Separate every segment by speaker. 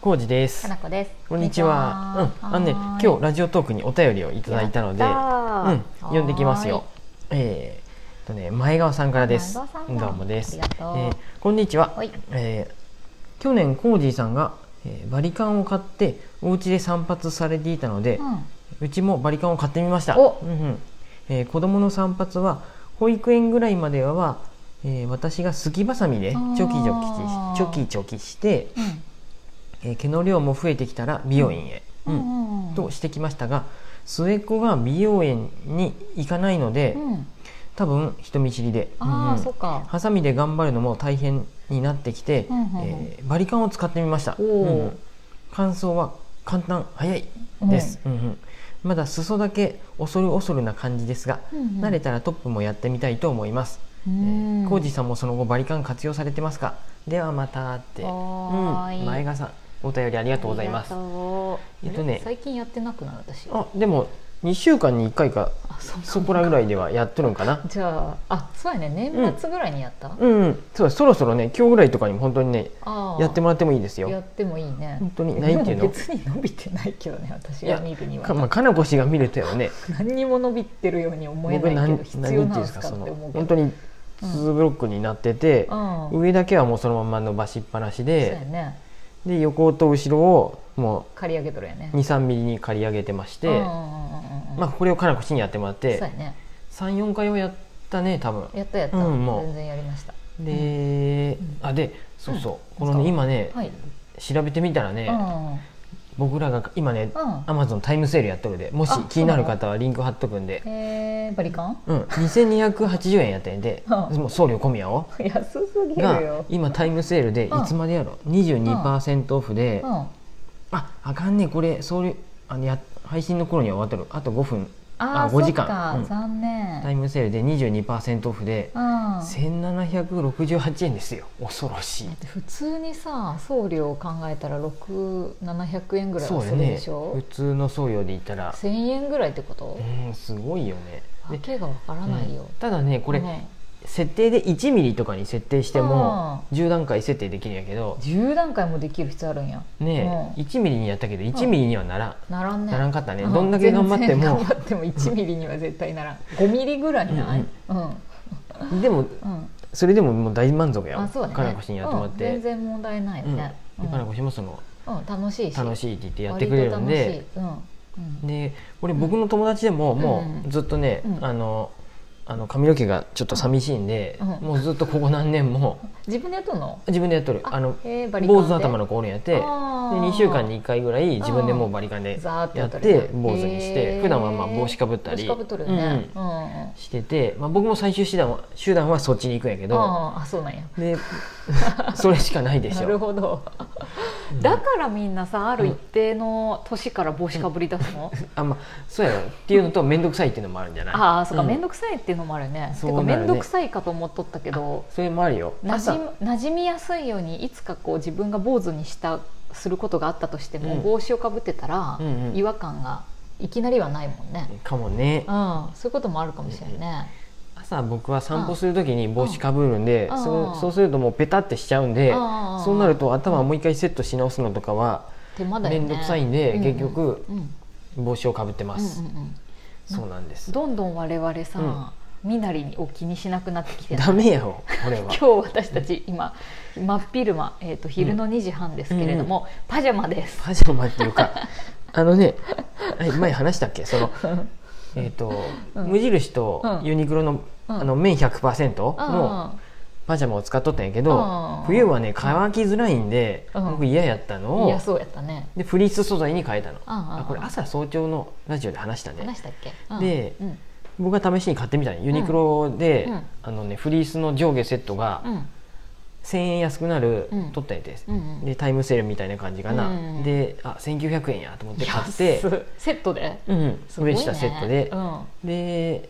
Speaker 1: 浩二です
Speaker 2: かな。こです。
Speaker 1: こんにちは。うん、あのね、
Speaker 2: はーい
Speaker 1: 今日ラジオトークにお便りをいただいたので、
Speaker 2: やっ
Speaker 1: う
Speaker 2: たー
Speaker 1: ん、読んできますよ。えー、っとね、前川さんからです。
Speaker 2: 前川さんだ
Speaker 1: どうもです。
Speaker 2: ありがとう
Speaker 1: えーこんにちは
Speaker 2: は。ーい。
Speaker 1: えー去年浩二さんが、えーバリカンを買ってお家で散髪されていたので、
Speaker 2: はい。
Speaker 1: うちもバリカンを買ってみました、
Speaker 2: お
Speaker 1: うんうんえー子供の散髪は保育園ぐらいまでは、えー私がすきばさみで
Speaker 2: あー
Speaker 1: チョキチョキしチョキチョキして、えー毛の量も増えてきたら美容院へ、
Speaker 2: う
Speaker 1: うん
Speaker 2: ん。うん。
Speaker 1: としてきましたが末っ子が美容院に行かないので、
Speaker 2: うん。
Speaker 1: 多分人見知りで、うん
Speaker 2: あ
Speaker 1: う
Speaker 2: あ、
Speaker 1: ん
Speaker 2: そっか。
Speaker 1: ハサミで頑張るのも大変になってきて、
Speaker 2: うんうんうん
Speaker 1: えーバリカンを使ってみました、
Speaker 2: お
Speaker 1: う
Speaker 2: ー
Speaker 1: んうん乾燥は簡単早いです、うんうんまだ裾だけ恐る恐るな感じですが、
Speaker 2: うんうん
Speaker 1: 慣れたらトップもやってみたいと思います
Speaker 2: う
Speaker 1: えー
Speaker 2: ん。
Speaker 1: 浩二、さんもその後バリカン活用されてますかではまたって、う
Speaker 2: はーい
Speaker 1: ん、前川さんお便りありがとうございます
Speaker 2: ありがとう
Speaker 1: えっとね
Speaker 2: 最近やってなくない私。
Speaker 1: あでも2週間に1回か
Speaker 2: あ、そう
Speaker 1: そこらぐらいではやっとるんかな
Speaker 2: じゃあ、あ、そうやね。年末ぐらいにやった。
Speaker 1: うん、うん、そうだそろそろね今日ぐらいとかにも本当にね
Speaker 2: ああ。
Speaker 1: やってもらってもいいですよ
Speaker 2: やってもいいね。
Speaker 1: 本当にないっていうの
Speaker 2: でも別に伸びてないけどね、私が見るには。
Speaker 1: かまあ、かなこ氏が見るとよね
Speaker 2: 何にも伸びてるように思え
Speaker 1: 僕
Speaker 2: ない
Speaker 1: 何
Speaker 2: け
Speaker 1: 何
Speaker 2: ど
Speaker 1: てい
Speaker 2: 必要
Speaker 1: うん
Speaker 2: なん
Speaker 1: で
Speaker 2: ですす
Speaker 1: か
Speaker 2: か
Speaker 1: そ
Speaker 2: って
Speaker 1: の
Speaker 2: 思うけ
Speaker 1: 本
Speaker 2: ど
Speaker 1: 当に2ブロックになってて、
Speaker 2: うん
Speaker 1: 上だけはもうそのまま伸ばしっぱなし
Speaker 2: そうや
Speaker 1: で、
Speaker 2: ね
Speaker 1: で横と後ろをも
Speaker 2: 刈り上げとるやね
Speaker 1: う23ミリに刈り上げてまして、
Speaker 2: うんうんうんうん
Speaker 1: まあ、これをかなこ氏にやってもらっ
Speaker 2: そうや
Speaker 1: て
Speaker 2: ね
Speaker 1: 34回はやったね多分
Speaker 2: やったやった、
Speaker 1: うんもう
Speaker 2: 全然やりました
Speaker 1: で、
Speaker 2: うん
Speaker 1: あでそうそう、
Speaker 2: うん
Speaker 1: このね
Speaker 2: なんか
Speaker 1: 今ね、
Speaker 2: はい、
Speaker 1: 調べてみたらね、僕らが今ね、
Speaker 2: うん
Speaker 1: アマゾンタイムセールやっとるでもし
Speaker 2: あ
Speaker 1: 気になる方はリンク貼っとくんで
Speaker 2: うん、えー、バリカン
Speaker 1: うん、2280円やったんで、
Speaker 2: うん
Speaker 1: もう送料込みやを
Speaker 2: 安すぎる
Speaker 1: が
Speaker 2: よ、
Speaker 1: 今タイムセールでい
Speaker 2: うん
Speaker 1: つまでやろ22%オフで、
Speaker 2: うん、あ
Speaker 1: ああかんねこれ送料あのや配信の頃には終わっとるあと5分
Speaker 2: あ
Speaker 1: 5
Speaker 2: 5
Speaker 1: 時
Speaker 2: 時
Speaker 1: 間
Speaker 2: 間、
Speaker 1: うん
Speaker 2: 残念
Speaker 1: タイムセールで22%オフで
Speaker 2: うん、だ
Speaker 1: 1768円ですよ恐ろしい
Speaker 2: って普通にさ送料を考えたら6700円ぐらい
Speaker 1: そ
Speaker 2: は
Speaker 1: うや
Speaker 2: するで
Speaker 1: ね
Speaker 2: しょ、
Speaker 1: 普通の送料で言ったら
Speaker 2: 1000円ぐらいってこと
Speaker 1: うんすごいよねで
Speaker 2: わけがわからないよ、
Speaker 1: うんただねこれ、
Speaker 2: ね
Speaker 1: 設定で1ミリとかに設定しても10段階設定できるんやけど
Speaker 2: 10段階もできる必要あるんや
Speaker 1: ね
Speaker 2: うん
Speaker 1: 1ミリにやったけど1ミリにはならん
Speaker 2: ならんね
Speaker 1: ならんかったね
Speaker 2: う
Speaker 1: どんだけ頑張っても
Speaker 2: 全然頑張っても1ミリには絶対ならん5ミリぐらいないうんうん、
Speaker 1: でもそれでももう大満足や
Speaker 2: あそうだね
Speaker 1: かなこしにやってもらっ
Speaker 2: うん
Speaker 1: て
Speaker 2: 全、然問題ない
Speaker 1: うん
Speaker 2: ね、うん
Speaker 1: でかなこしもその
Speaker 2: うん楽しいし
Speaker 1: 楽
Speaker 2: い
Speaker 1: しいって言ってやってくれるんで
Speaker 2: うんうん
Speaker 1: で俺僕の友達でも
Speaker 2: うん
Speaker 1: も
Speaker 2: う
Speaker 1: う
Speaker 2: ん
Speaker 1: ずっとね、
Speaker 2: うん
Speaker 1: あのあの髪の毛がちょっと寂しいんで、
Speaker 2: うん
Speaker 1: もうずっとここ何年も
Speaker 2: 自分でやっとんの
Speaker 1: 自分でやっとる
Speaker 2: あ
Speaker 1: あの
Speaker 2: えーバリカンで
Speaker 1: 坊主頭の子おるんやってで
Speaker 2: あー
Speaker 1: 2週間に1回ぐらい自分でもうバリカンで
Speaker 2: ざーっと
Speaker 1: や
Speaker 2: や
Speaker 1: っ
Speaker 2: った
Speaker 1: て坊主にして普段はまあ帽子かぶったり
Speaker 2: 帽子かぶっとるよね、うんうんうん
Speaker 1: してて、まあ、僕も最終手段は手段はそっちに行くんやけど
Speaker 2: あーあそうなんや
Speaker 1: で それしかないでし
Speaker 2: なる
Speaker 1: ょ。
Speaker 2: ほど、だからみんなさある一定の年から帽子かぶり出すの、
Speaker 1: あまあそうやろっていうのと面倒くさいっていうのもあるんじゃない
Speaker 2: ああそうか
Speaker 1: ん
Speaker 2: 面倒、くさいっていうのもあるね
Speaker 1: そ
Speaker 2: て
Speaker 1: う
Speaker 2: か
Speaker 1: なるね
Speaker 2: 面倒くさいかと思っとったけど
Speaker 1: それもあるよ
Speaker 2: なじ
Speaker 1: 朝
Speaker 2: 馴染みやすいようにいつかこう自分が坊主にしたすることがあったとしても、
Speaker 1: うん
Speaker 2: 帽子をかぶってたら、
Speaker 1: うんうん
Speaker 2: 違和感がいきなりはないもんね、
Speaker 1: かもね
Speaker 2: うん、そういうこともあるかもしれないね、
Speaker 1: 朝僕は散歩するときに帽子かぶるんで
Speaker 2: うん
Speaker 1: そう
Speaker 2: うん
Speaker 1: そうするともうペタってしちゃうんで
Speaker 2: うん
Speaker 1: そうなると頭もう一回セットし直すのとかは
Speaker 2: 手間だよ
Speaker 1: 面
Speaker 2: ね
Speaker 1: 倒くさいんで
Speaker 2: う
Speaker 1: 結局
Speaker 2: うんうん
Speaker 1: 帽子をかぶってま
Speaker 2: うん
Speaker 1: す
Speaker 2: うんうん
Speaker 1: そうなんです
Speaker 2: どんどん我々さ、身なりを気にしなくなってきてない
Speaker 1: ダメやろこれは
Speaker 2: 今日私たち今真っ昼間、えー、と昼の2時半ですけれども、パジャマです
Speaker 1: パジャマっていう かあのねえ前話したっけそのえっと
Speaker 2: うん
Speaker 1: 無印と
Speaker 2: うん
Speaker 1: ユニクロの
Speaker 2: うん
Speaker 1: あの綿100%の
Speaker 2: うん
Speaker 1: パジャマを使っとったんやけ
Speaker 2: う
Speaker 1: ど
Speaker 2: ん
Speaker 1: 冬はね乾きづらいんで、
Speaker 2: うん
Speaker 1: 僕嫌やったの
Speaker 2: い
Speaker 1: を
Speaker 2: やそうやったね
Speaker 1: でフリース素材に変えたの、
Speaker 2: うんうんうん
Speaker 1: あこれ朝早朝のラジオで話したね
Speaker 2: 話したっけ、うん
Speaker 1: で
Speaker 2: うん
Speaker 1: 僕が試しに買ってみたのユニクロで、
Speaker 2: うん
Speaker 1: あのね、フリースの上下セットが
Speaker 2: うん
Speaker 1: 1000円安くなる、
Speaker 2: うん
Speaker 1: 取ったやつです、
Speaker 2: うんうん
Speaker 1: でタイムセールみたいな感じかな、
Speaker 2: うん
Speaker 1: であ1900円やと思って買って
Speaker 2: 安っセットで
Speaker 1: うんうん嬉したセットで、で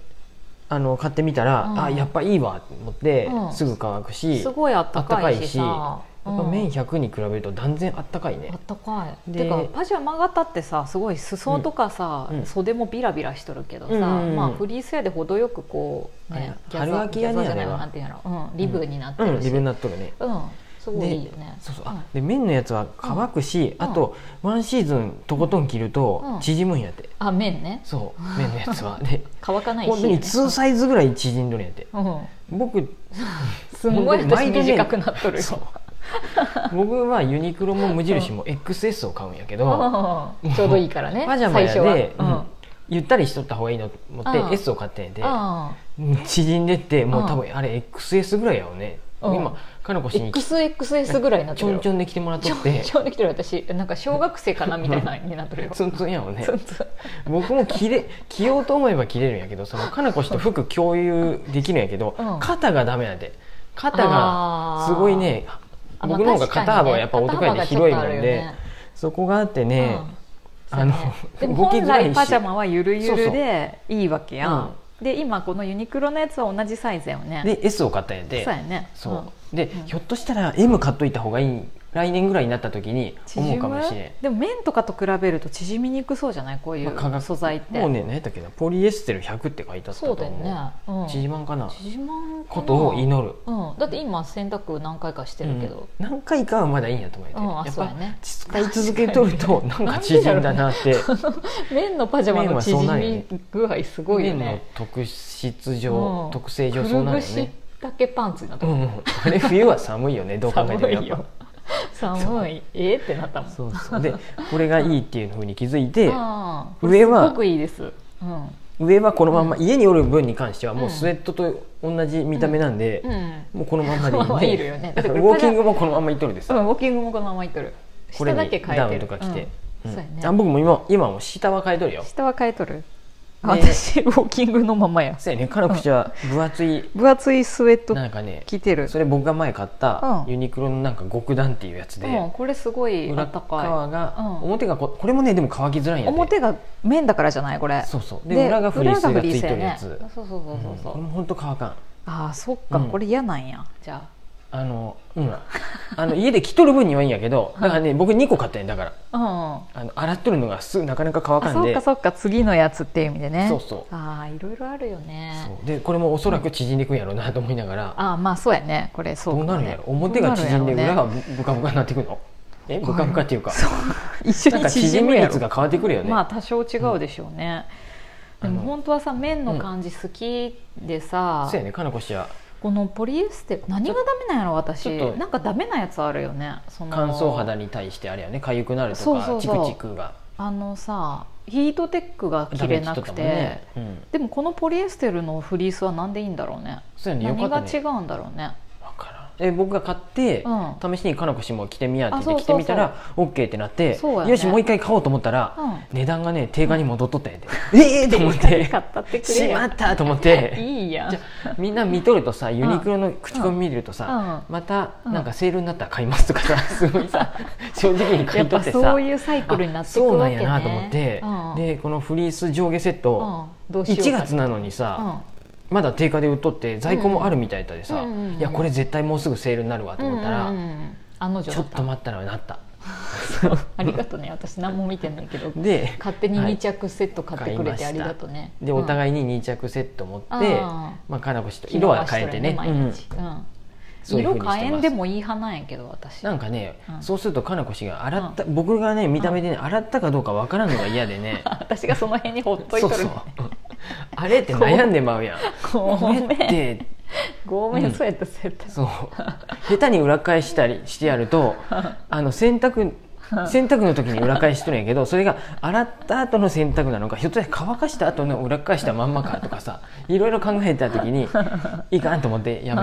Speaker 1: あの買ってみたら、
Speaker 2: うん
Speaker 1: あやっぱいいわと思って、
Speaker 2: うん
Speaker 1: すぐ乾く
Speaker 2: う
Speaker 1: し
Speaker 2: ん、すごいあったかいしさ
Speaker 1: やっぱ
Speaker 2: うん
Speaker 1: 麺100に比べると断然あったかいね
Speaker 2: あったかい
Speaker 1: で
Speaker 2: てかパジャマ型ってさすごい裾とかさ、
Speaker 1: うんうん
Speaker 2: 袖もビラビラしとるけどさ、
Speaker 1: うんうんうん
Speaker 2: まあ、フリースやで程よくこう、ね、
Speaker 1: あれ春秋やね
Speaker 2: ギャザーじゃない
Speaker 1: あれは
Speaker 2: わなんていうんやろ、うん、リブになって
Speaker 1: う
Speaker 2: る
Speaker 1: ん
Speaker 2: し、
Speaker 1: 自分になっとるね
Speaker 2: うんすごいいいよね
Speaker 1: そうそう
Speaker 2: うん
Speaker 1: あで綿のやつは乾くし、
Speaker 2: うん
Speaker 1: あとワンシーズンとことん着る
Speaker 2: う
Speaker 1: と
Speaker 2: ん
Speaker 1: 縮むんやって、
Speaker 2: あ麺ね
Speaker 1: そう綿のやつ はで
Speaker 2: 乾かないし
Speaker 1: 本当に2サイズぐらい縮んどるんやって
Speaker 2: うん
Speaker 1: 僕
Speaker 2: すご
Speaker 1: 本
Speaker 2: い
Speaker 1: 当に
Speaker 2: 私
Speaker 1: 毎度ね
Speaker 2: 短くなっとるよ
Speaker 1: そう僕はユニクロも無印も XS を買うんやけど、
Speaker 2: うんちょうどいいからね
Speaker 1: パジャマやで、
Speaker 2: 最初は
Speaker 1: うんゆったりしとった方がいいのと思って、
Speaker 2: うん
Speaker 1: S を買ってんで、
Speaker 2: うんあ
Speaker 1: 縮んでってもう
Speaker 2: ああ
Speaker 1: 多分あれ XS ぐらいやよね、
Speaker 2: うん
Speaker 1: 今かのこ
Speaker 2: ー
Speaker 1: しに
Speaker 2: XXS ぐらいになっ
Speaker 1: ち
Speaker 2: て
Speaker 1: ょ
Speaker 2: る
Speaker 1: ん
Speaker 2: よ
Speaker 1: ちょんで来てもらっとって
Speaker 2: ちょうど来てる私なんか小学生かなみたいなになってるよ
Speaker 1: ツンツンやもんね
Speaker 2: ツンツン
Speaker 1: 僕も着れ着ようと思えば着れるんやけどそのかなこしと服共有できるんやけど、
Speaker 2: うん
Speaker 1: 肩がダメやで肩がすごいね
Speaker 2: あ
Speaker 1: 僕の方が肩幅はやっぱ男やで広いもんで、
Speaker 2: まあ
Speaker 1: そこがあって
Speaker 2: 確かに
Speaker 1: ね
Speaker 2: ね、
Speaker 1: あの
Speaker 2: そうねでも
Speaker 1: 動き
Speaker 2: 本
Speaker 1: づらい
Speaker 2: 来
Speaker 1: し
Speaker 2: パジャマはゆるゆるでいいわけやん、で今このユニクロのやつは同じサイズやよね
Speaker 1: で S を買ったんやで
Speaker 2: そうやね
Speaker 1: そうで、
Speaker 2: うん
Speaker 1: ひょっとしたら M 買っといた方がいい来年ぐらいになった時に
Speaker 2: ん
Speaker 1: 思うかもしれん
Speaker 2: 縮むでも綿とかと比べると縮みにくそうじゃないこうい
Speaker 1: まあ化
Speaker 2: う
Speaker 1: 学
Speaker 2: 素材って
Speaker 1: もうね何やったっけなポリエステル100って書いてあったと
Speaker 2: そう
Speaker 1: 思
Speaker 2: だ
Speaker 1: う
Speaker 2: よね、うん、
Speaker 1: 縮まんかな
Speaker 2: 縮まんかな
Speaker 1: ことを祈る
Speaker 2: うん、だって今洗濯何回かしてるけど、
Speaker 1: うん何回かはまだいいんやと思って、
Speaker 2: うんあ
Speaker 1: やっ
Speaker 2: そう
Speaker 1: ぱ
Speaker 2: やね
Speaker 1: 使い続けとると
Speaker 2: 確
Speaker 1: な
Speaker 2: かに
Speaker 1: んか縮んだなって
Speaker 2: 綿のパジャマ
Speaker 1: 綿
Speaker 2: の
Speaker 1: はそ
Speaker 2: 縮
Speaker 1: うなんよね
Speaker 2: み具合すごいよ
Speaker 1: 面
Speaker 2: ね
Speaker 1: の特質上、
Speaker 2: うん
Speaker 1: 特性
Speaker 2: く
Speaker 1: 上そう
Speaker 2: る
Speaker 1: なん
Speaker 2: ぶ
Speaker 1: よ
Speaker 2: し
Speaker 1: ね、
Speaker 2: 丈パンツになっ
Speaker 1: う
Speaker 2: た、
Speaker 1: ん、あれ冬は寒いよねどう考えてもやっ
Speaker 2: 寒いよ
Speaker 1: ぱ
Speaker 2: 寒いええってなったもん
Speaker 1: そうそうでこれがいいっていうふうに気づいて
Speaker 2: ああ
Speaker 1: 上は
Speaker 2: すごくいいです、うん
Speaker 1: 上はこのまんま、
Speaker 2: う
Speaker 1: 家におる分に関してはもううんスウェットと同じ見た目なんで、
Speaker 2: うん
Speaker 1: もうこのまんまでいい,、
Speaker 2: まあいいよね
Speaker 1: だからウォーキングもこのまんまいっとるです、
Speaker 2: うん、ウォーキングもこのままいっとる
Speaker 1: こ
Speaker 2: 下
Speaker 1: れ
Speaker 2: だ
Speaker 1: に
Speaker 2: け変
Speaker 1: ダ
Speaker 2: え
Speaker 1: ウ
Speaker 2: て
Speaker 1: ンと
Speaker 2: る
Speaker 1: か着て、
Speaker 2: うん
Speaker 1: うん
Speaker 2: そうやね
Speaker 1: あ僕も今今はもう下は変えとるよ
Speaker 2: 下は変えとるあ
Speaker 1: ね
Speaker 2: 私ウォーキングのままや
Speaker 1: そうやね彼口は分厚い、
Speaker 2: 分厚いスウェット
Speaker 1: なんかね
Speaker 2: 着てる
Speaker 1: それ僕が前買った
Speaker 2: うん
Speaker 1: ユニクロのなんか極暖っていうやつで、
Speaker 2: うん、これすごいあ
Speaker 1: 裏
Speaker 2: ったかい
Speaker 1: 側が、
Speaker 2: うん
Speaker 1: 表がここれもねでも乾きづらいんやって
Speaker 2: 表が面だからじゃないこれ
Speaker 1: そうそうで裏がフリースがついてるやつ、
Speaker 2: 裏がフリースやねそうそうそうそうそ
Speaker 1: うんこ
Speaker 2: う、
Speaker 1: れも本当乾かん
Speaker 2: ああそっか、
Speaker 1: うん
Speaker 2: これ嫌なんやじゃ
Speaker 1: あのうんあの家で着とる分にはいいんやけどだからね僕2個買ったんやだから
Speaker 2: あうん
Speaker 1: あの洗っとるのがすぐなかなか乾
Speaker 2: あ
Speaker 1: かん
Speaker 2: そっ
Speaker 1: で
Speaker 2: かそっか次のやつっていう意味でね
Speaker 1: そうそう
Speaker 2: ああいろいろあるよね
Speaker 1: そうでこれもおそらく縮んでいくんやろうなと思いながら、
Speaker 2: ああまあそうやねこれそ
Speaker 1: ど
Speaker 2: う
Speaker 1: うな
Speaker 2: も
Speaker 1: るん
Speaker 2: ね
Speaker 1: やろ表が縮んで
Speaker 2: どうな
Speaker 1: 裏
Speaker 2: るんや
Speaker 1: が
Speaker 2: ろね
Speaker 1: ブブカブカになっていくのえブカブカっていうか
Speaker 2: そう一緒
Speaker 1: なん
Speaker 2: に
Speaker 1: か
Speaker 2: 縮
Speaker 1: 縮
Speaker 2: む
Speaker 1: み
Speaker 2: や
Speaker 1: 率が
Speaker 2: ろ
Speaker 1: 変わってくるよね、
Speaker 2: まあ多少違うでしょうね、
Speaker 1: うん
Speaker 2: で
Speaker 1: あの
Speaker 2: も本当はさ綿の感じ好きでさ、
Speaker 1: そうやねかなこしは
Speaker 2: このポリエステル何がダメなんやろ私
Speaker 1: ちょっと
Speaker 2: なんかダメなやつあるよねその
Speaker 1: 乾燥肌に対してあれやね痒くなるとか
Speaker 2: そうそうそう
Speaker 1: チクチクが
Speaker 2: あのさヒートテックが
Speaker 1: ダ
Speaker 2: 切
Speaker 1: メ
Speaker 2: れ
Speaker 1: ージ
Speaker 2: な
Speaker 1: と
Speaker 2: く
Speaker 1: か
Speaker 2: て、
Speaker 1: もね、うん、
Speaker 2: でもこのポリエステルのフリースはなんでいいんだろうね
Speaker 1: そうやねよか
Speaker 2: 何
Speaker 1: った
Speaker 2: が
Speaker 1: ね
Speaker 2: 違うんだろうね
Speaker 1: わからんえ僕が買って、試しにかなこしも着てみやって言って
Speaker 2: あ
Speaker 1: 着
Speaker 2: そ
Speaker 1: て
Speaker 2: うそうそう
Speaker 1: みたら OK ってなって、
Speaker 2: そうやね
Speaker 1: よしもう一回買おうと思ったら、
Speaker 2: うん、うん、
Speaker 1: 値段がね定価に戻っとったんやで、ええー、と思って
Speaker 2: 買ったってくれ
Speaker 1: し
Speaker 2: よ
Speaker 1: まったと思って
Speaker 2: いいやん
Speaker 1: じゃあみんな見とるとさユニクロの口コミ見るとさ、
Speaker 2: うん
Speaker 1: また
Speaker 2: うん
Speaker 1: なんかセールになったら買いますとかさすごいさ正直に買
Speaker 2: やっ
Speaker 1: いと
Speaker 2: ぱ
Speaker 1: って
Speaker 2: そ
Speaker 1: さ
Speaker 2: ういうサイクルになってく
Speaker 1: そうなん
Speaker 2: わけ
Speaker 1: や
Speaker 2: ね
Speaker 1: なと思って、
Speaker 2: うん
Speaker 1: でこのフリース上下セット、
Speaker 2: うんどうしよう
Speaker 1: 1
Speaker 2: か
Speaker 1: 月なのにさ、
Speaker 2: うん
Speaker 1: まだ定価で売っとって在庫もあるみたいだでさ、
Speaker 2: うんうんうん
Speaker 1: いやこれ絶対もうすぐセールになるわと思ったら、
Speaker 2: うんうんうんあの女
Speaker 1: ち
Speaker 2: だ
Speaker 1: ょ
Speaker 2: っ
Speaker 1: ったと待ったらなった
Speaker 2: ありがとね私何も見てないけど
Speaker 1: で
Speaker 2: 勝手に
Speaker 1: はい
Speaker 2: 2着セット買ってくれてあ
Speaker 1: 買い
Speaker 2: り
Speaker 1: ました
Speaker 2: がとね、
Speaker 1: でお
Speaker 2: い
Speaker 1: 互いに2着セット持って、
Speaker 2: あ
Speaker 1: まあ、かなこしと色は変えてね
Speaker 2: 毎
Speaker 1: うん
Speaker 2: 日、うん
Speaker 1: そういう風
Speaker 2: 色
Speaker 1: にしてます
Speaker 2: 変えんでもいい派なんやけど私
Speaker 1: なんかね、
Speaker 2: うん
Speaker 1: そうするとかなこしが洗った、僕がね見た目でね洗ったかどうかわからんのが嫌でね
Speaker 2: 私がその辺にほっとい
Speaker 1: そ
Speaker 2: と
Speaker 1: う
Speaker 2: る
Speaker 1: そうあれって悩んでまうやん
Speaker 2: ごめん
Speaker 1: これって
Speaker 2: ごめん、
Speaker 1: うん
Speaker 2: そうやったそうやった
Speaker 1: そう下手に裏返したりしてやる とあの洗濯洗濯の時に裏返しとるんやけどそれが洗った後の洗濯なのかひょっとして乾かした後の裏返したまんまかとかさいろいろ考えた時 にいかんと思ってやめ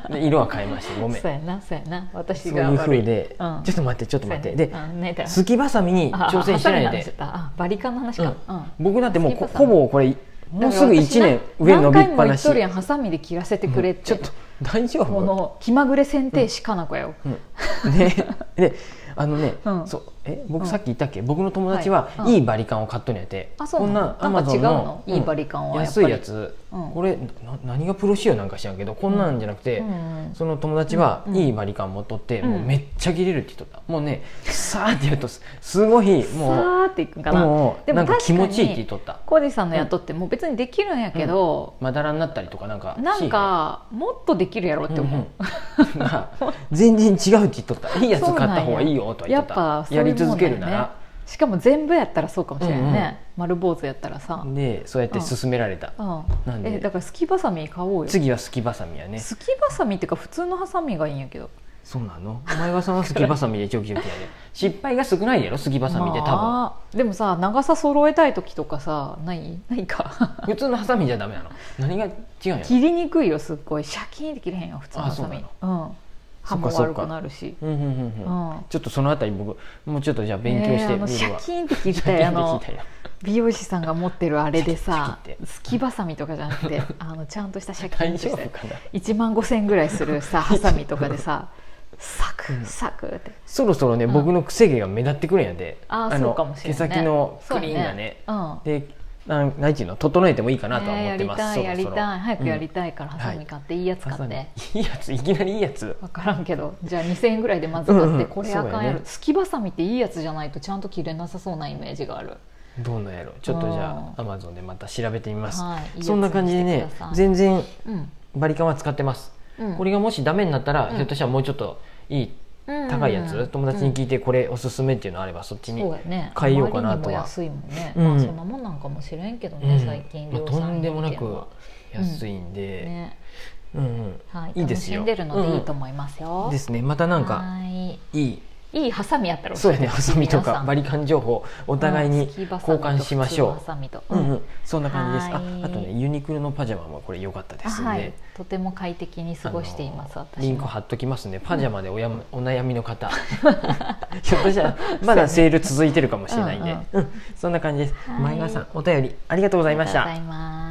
Speaker 1: た、で色は変えましたごめん
Speaker 2: そ
Speaker 1: そう
Speaker 2: うやなそうやな私
Speaker 1: い
Speaker 2: が
Speaker 1: う
Speaker 2: 悪
Speaker 1: 風
Speaker 2: い
Speaker 1: で、
Speaker 2: うん
Speaker 1: ちょっと待ってちょっと待って、で
Speaker 2: す
Speaker 1: すきばさみに挑戦しないで、
Speaker 2: あバリカンの話
Speaker 1: う
Speaker 2: か
Speaker 1: ん、
Speaker 2: うん
Speaker 1: 僕だってもう
Speaker 2: すき
Speaker 1: こ
Speaker 2: ばさ
Speaker 1: ほ
Speaker 2: み
Speaker 1: ぼこれもうすぐ1年上伸びっぱなし
Speaker 2: 何回も言っとるやんハサミで切らせてくれって、
Speaker 1: ちょっと大丈夫
Speaker 2: この気まぐれ剪定士かなこやよ、
Speaker 1: うん、でであのね、
Speaker 2: うん
Speaker 1: そうえ僕さっき言ったっけ、僕の友達
Speaker 2: はい
Speaker 1: は
Speaker 2: うん
Speaker 1: いいバリカンを買っとんやて、
Speaker 2: あそう
Speaker 1: こん
Speaker 2: なの
Speaker 1: な
Speaker 2: な
Speaker 1: ア
Speaker 2: ん
Speaker 1: マ
Speaker 2: か
Speaker 1: ゾ
Speaker 2: 違う
Speaker 1: ンの
Speaker 2: のいいバリカンはやっ
Speaker 1: 安
Speaker 2: ぱり
Speaker 1: いやつ、
Speaker 2: うん
Speaker 1: これな何がプロ仕様なんか知らんけどこんなんじゃなくて、
Speaker 2: うん
Speaker 1: その友達は
Speaker 2: うん
Speaker 1: いいバリカン持っとって、
Speaker 2: うん
Speaker 1: もうめっちゃ切れるって言っとったもうねさーって言うとすすごいも
Speaker 2: さーっていくん
Speaker 1: う
Speaker 2: かな
Speaker 1: もう
Speaker 2: でも
Speaker 1: なんか気持ちいいって
Speaker 2: 確か
Speaker 1: 言
Speaker 2: に
Speaker 1: っとった
Speaker 2: 浩二さんの雇ってもう別にできるんやけど、
Speaker 1: まだらになったりとかなんか
Speaker 2: なんかもっとできるやろっ
Speaker 1: シ
Speaker 2: て
Speaker 1: ーンが
Speaker 2: 思う、
Speaker 1: うんうんが 全然違うって言っとっ たいいやつ買った方がいいよとは言
Speaker 2: や
Speaker 1: っ
Speaker 2: っ
Speaker 1: とった
Speaker 2: ぱそうい
Speaker 1: や
Speaker 2: うも
Speaker 1: り続
Speaker 2: んだよね
Speaker 1: けるなら
Speaker 2: しかも全部やったらそうかもしれないね、
Speaker 1: うんうん
Speaker 2: 丸坊主やったらさ、
Speaker 1: でそうやって勧められた、
Speaker 2: うん
Speaker 1: なんで
Speaker 2: えだからすきばさみ買おうよ
Speaker 1: 次はすきばさみやね
Speaker 2: すきばさみっていうか普通のハサミがいいんやけど
Speaker 1: そうなの前川さんはすきばさみでジョキジョキ やで失敗が少ないやろすきばさみで多分、
Speaker 2: まあでもさ長さ揃えたい時とかさないな いか
Speaker 1: 普通のハサミじゃダメなの何が違うんやろ
Speaker 2: 切りにくいよすっごいシャキーンって切れへんよ普通のハサミ
Speaker 1: あ
Speaker 2: うん
Speaker 1: そ
Speaker 2: 歯
Speaker 1: っか
Speaker 2: も
Speaker 1: そっ
Speaker 2: 悪
Speaker 1: か
Speaker 2: くなるし
Speaker 1: うんうんうんうん
Speaker 2: うん
Speaker 1: ちょっとそのあたり僕もうちょっとじゃあ勉強して
Speaker 2: ねえあ
Speaker 1: みる
Speaker 2: の
Speaker 1: わ、
Speaker 2: シャキーンって切り
Speaker 1: シ
Speaker 2: た
Speaker 1: ャキ
Speaker 2: いあ
Speaker 1: ーン
Speaker 2: の
Speaker 1: って聞いたよ
Speaker 2: 美容師さんが持ってるあれでさ
Speaker 1: シャキシャキって
Speaker 2: すきばさみとかじゃなくてあのちゃんとしたシャキーン
Speaker 1: 大
Speaker 2: と
Speaker 1: 丈
Speaker 2: した
Speaker 1: 夫かな
Speaker 2: 1万5千ぐらいするさハサミとかでさサクサクって
Speaker 1: そろそろね、
Speaker 2: うん
Speaker 1: 僕の癖毛が目立ってくるんやで
Speaker 2: あー
Speaker 1: の
Speaker 2: そうかもしれない
Speaker 1: 毛先のクリーンがね
Speaker 2: そうやね
Speaker 1: でなんなんていうの整えてもいいか
Speaker 2: うん
Speaker 1: なとは
Speaker 2: ね
Speaker 1: 思
Speaker 2: や
Speaker 1: って
Speaker 2: り
Speaker 1: ます、
Speaker 2: たいやり
Speaker 1: そろそ
Speaker 2: たい
Speaker 1: ろ
Speaker 2: 早くや
Speaker 1: う
Speaker 2: り
Speaker 1: ん
Speaker 2: たいからハサミ買っていいやつ買
Speaker 1: ハ
Speaker 2: っ
Speaker 1: サミ
Speaker 2: て
Speaker 1: いいやついきなりいいやつ
Speaker 2: 分からんけどじゃあ2000円ぐらいでまず買
Speaker 1: う
Speaker 2: っ
Speaker 1: んう
Speaker 2: て
Speaker 1: ん
Speaker 2: これあかんや
Speaker 1: そうやね
Speaker 2: ろすきばさみっていいやつじゃないとちゃんと切れなさそうなイメージがある
Speaker 1: どうなんやろちょっとじ
Speaker 2: う
Speaker 1: ゃあアマゾンでまた調べてみます、
Speaker 2: はいいいやつに
Speaker 1: そんな感じでね
Speaker 2: してください
Speaker 1: 全然
Speaker 2: うん
Speaker 1: バリカンは使ってます、
Speaker 2: うん
Speaker 1: これがもしダメになったら、
Speaker 2: うん
Speaker 1: ひょっとしたらもうちょっといい高いやつ、友達に聞いてこれおすすめっていうのあればそっちに
Speaker 2: そうやね
Speaker 1: 変えようかなとは
Speaker 2: あまりにも安いもんね、
Speaker 1: うん
Speaker 2: まあそんなもんなんかもしれんけどね、
Speaker 1: うん
Speaker 2: 最近
Speaker 1: まあ
Speaker 2: 量
Speaker 1: と
Speaker 2: 産
Speaker 1: んでもな
Speaker 2: 品っていう
Speaker 1: く
Speaker 2: のは
Speaker 1: 安いんで、
Speaker 2: ね
Speaker 1: うんうん
Speaker 2: はい、
Speaker 1: いいですよ
Speaker 2: 楽しんでるのでいいと
Speaker 1: うん
Speaker 2: 思いますよ、
Speaker 1: ですねまたなんか
Speaker 2: はい
Speaker 1: いい
Speaker 2: いいハサミやったら
Speaker 1: そうやねハサミとかバ
Speaker 2: リ
Speaker 1: リカン情報お互いに交換しましょ
Speaker 2: ハサミと
Speaker 1: う、うんうん、そんな感じですあ
Speaker 2: はい
Speaker 1: あとねユニクロのパジャマもこれ良かったですんで、
Speaker 2: はい、とても快適に過ごしています、
Speaker 1: あの
Speaker 2: 私も
Speaker 1: リンク貼っときますねパジャマでおやむ、お悩みの 方ひょっとしたらまだセール続いてるかもしれないんで、
Speaker 2: うん
Speaker 1: うんそんな感じです、
Speaker 2: はい
Speaker 1: 前川さんお便りありがとうございました
Speaker 2: ありがとうございます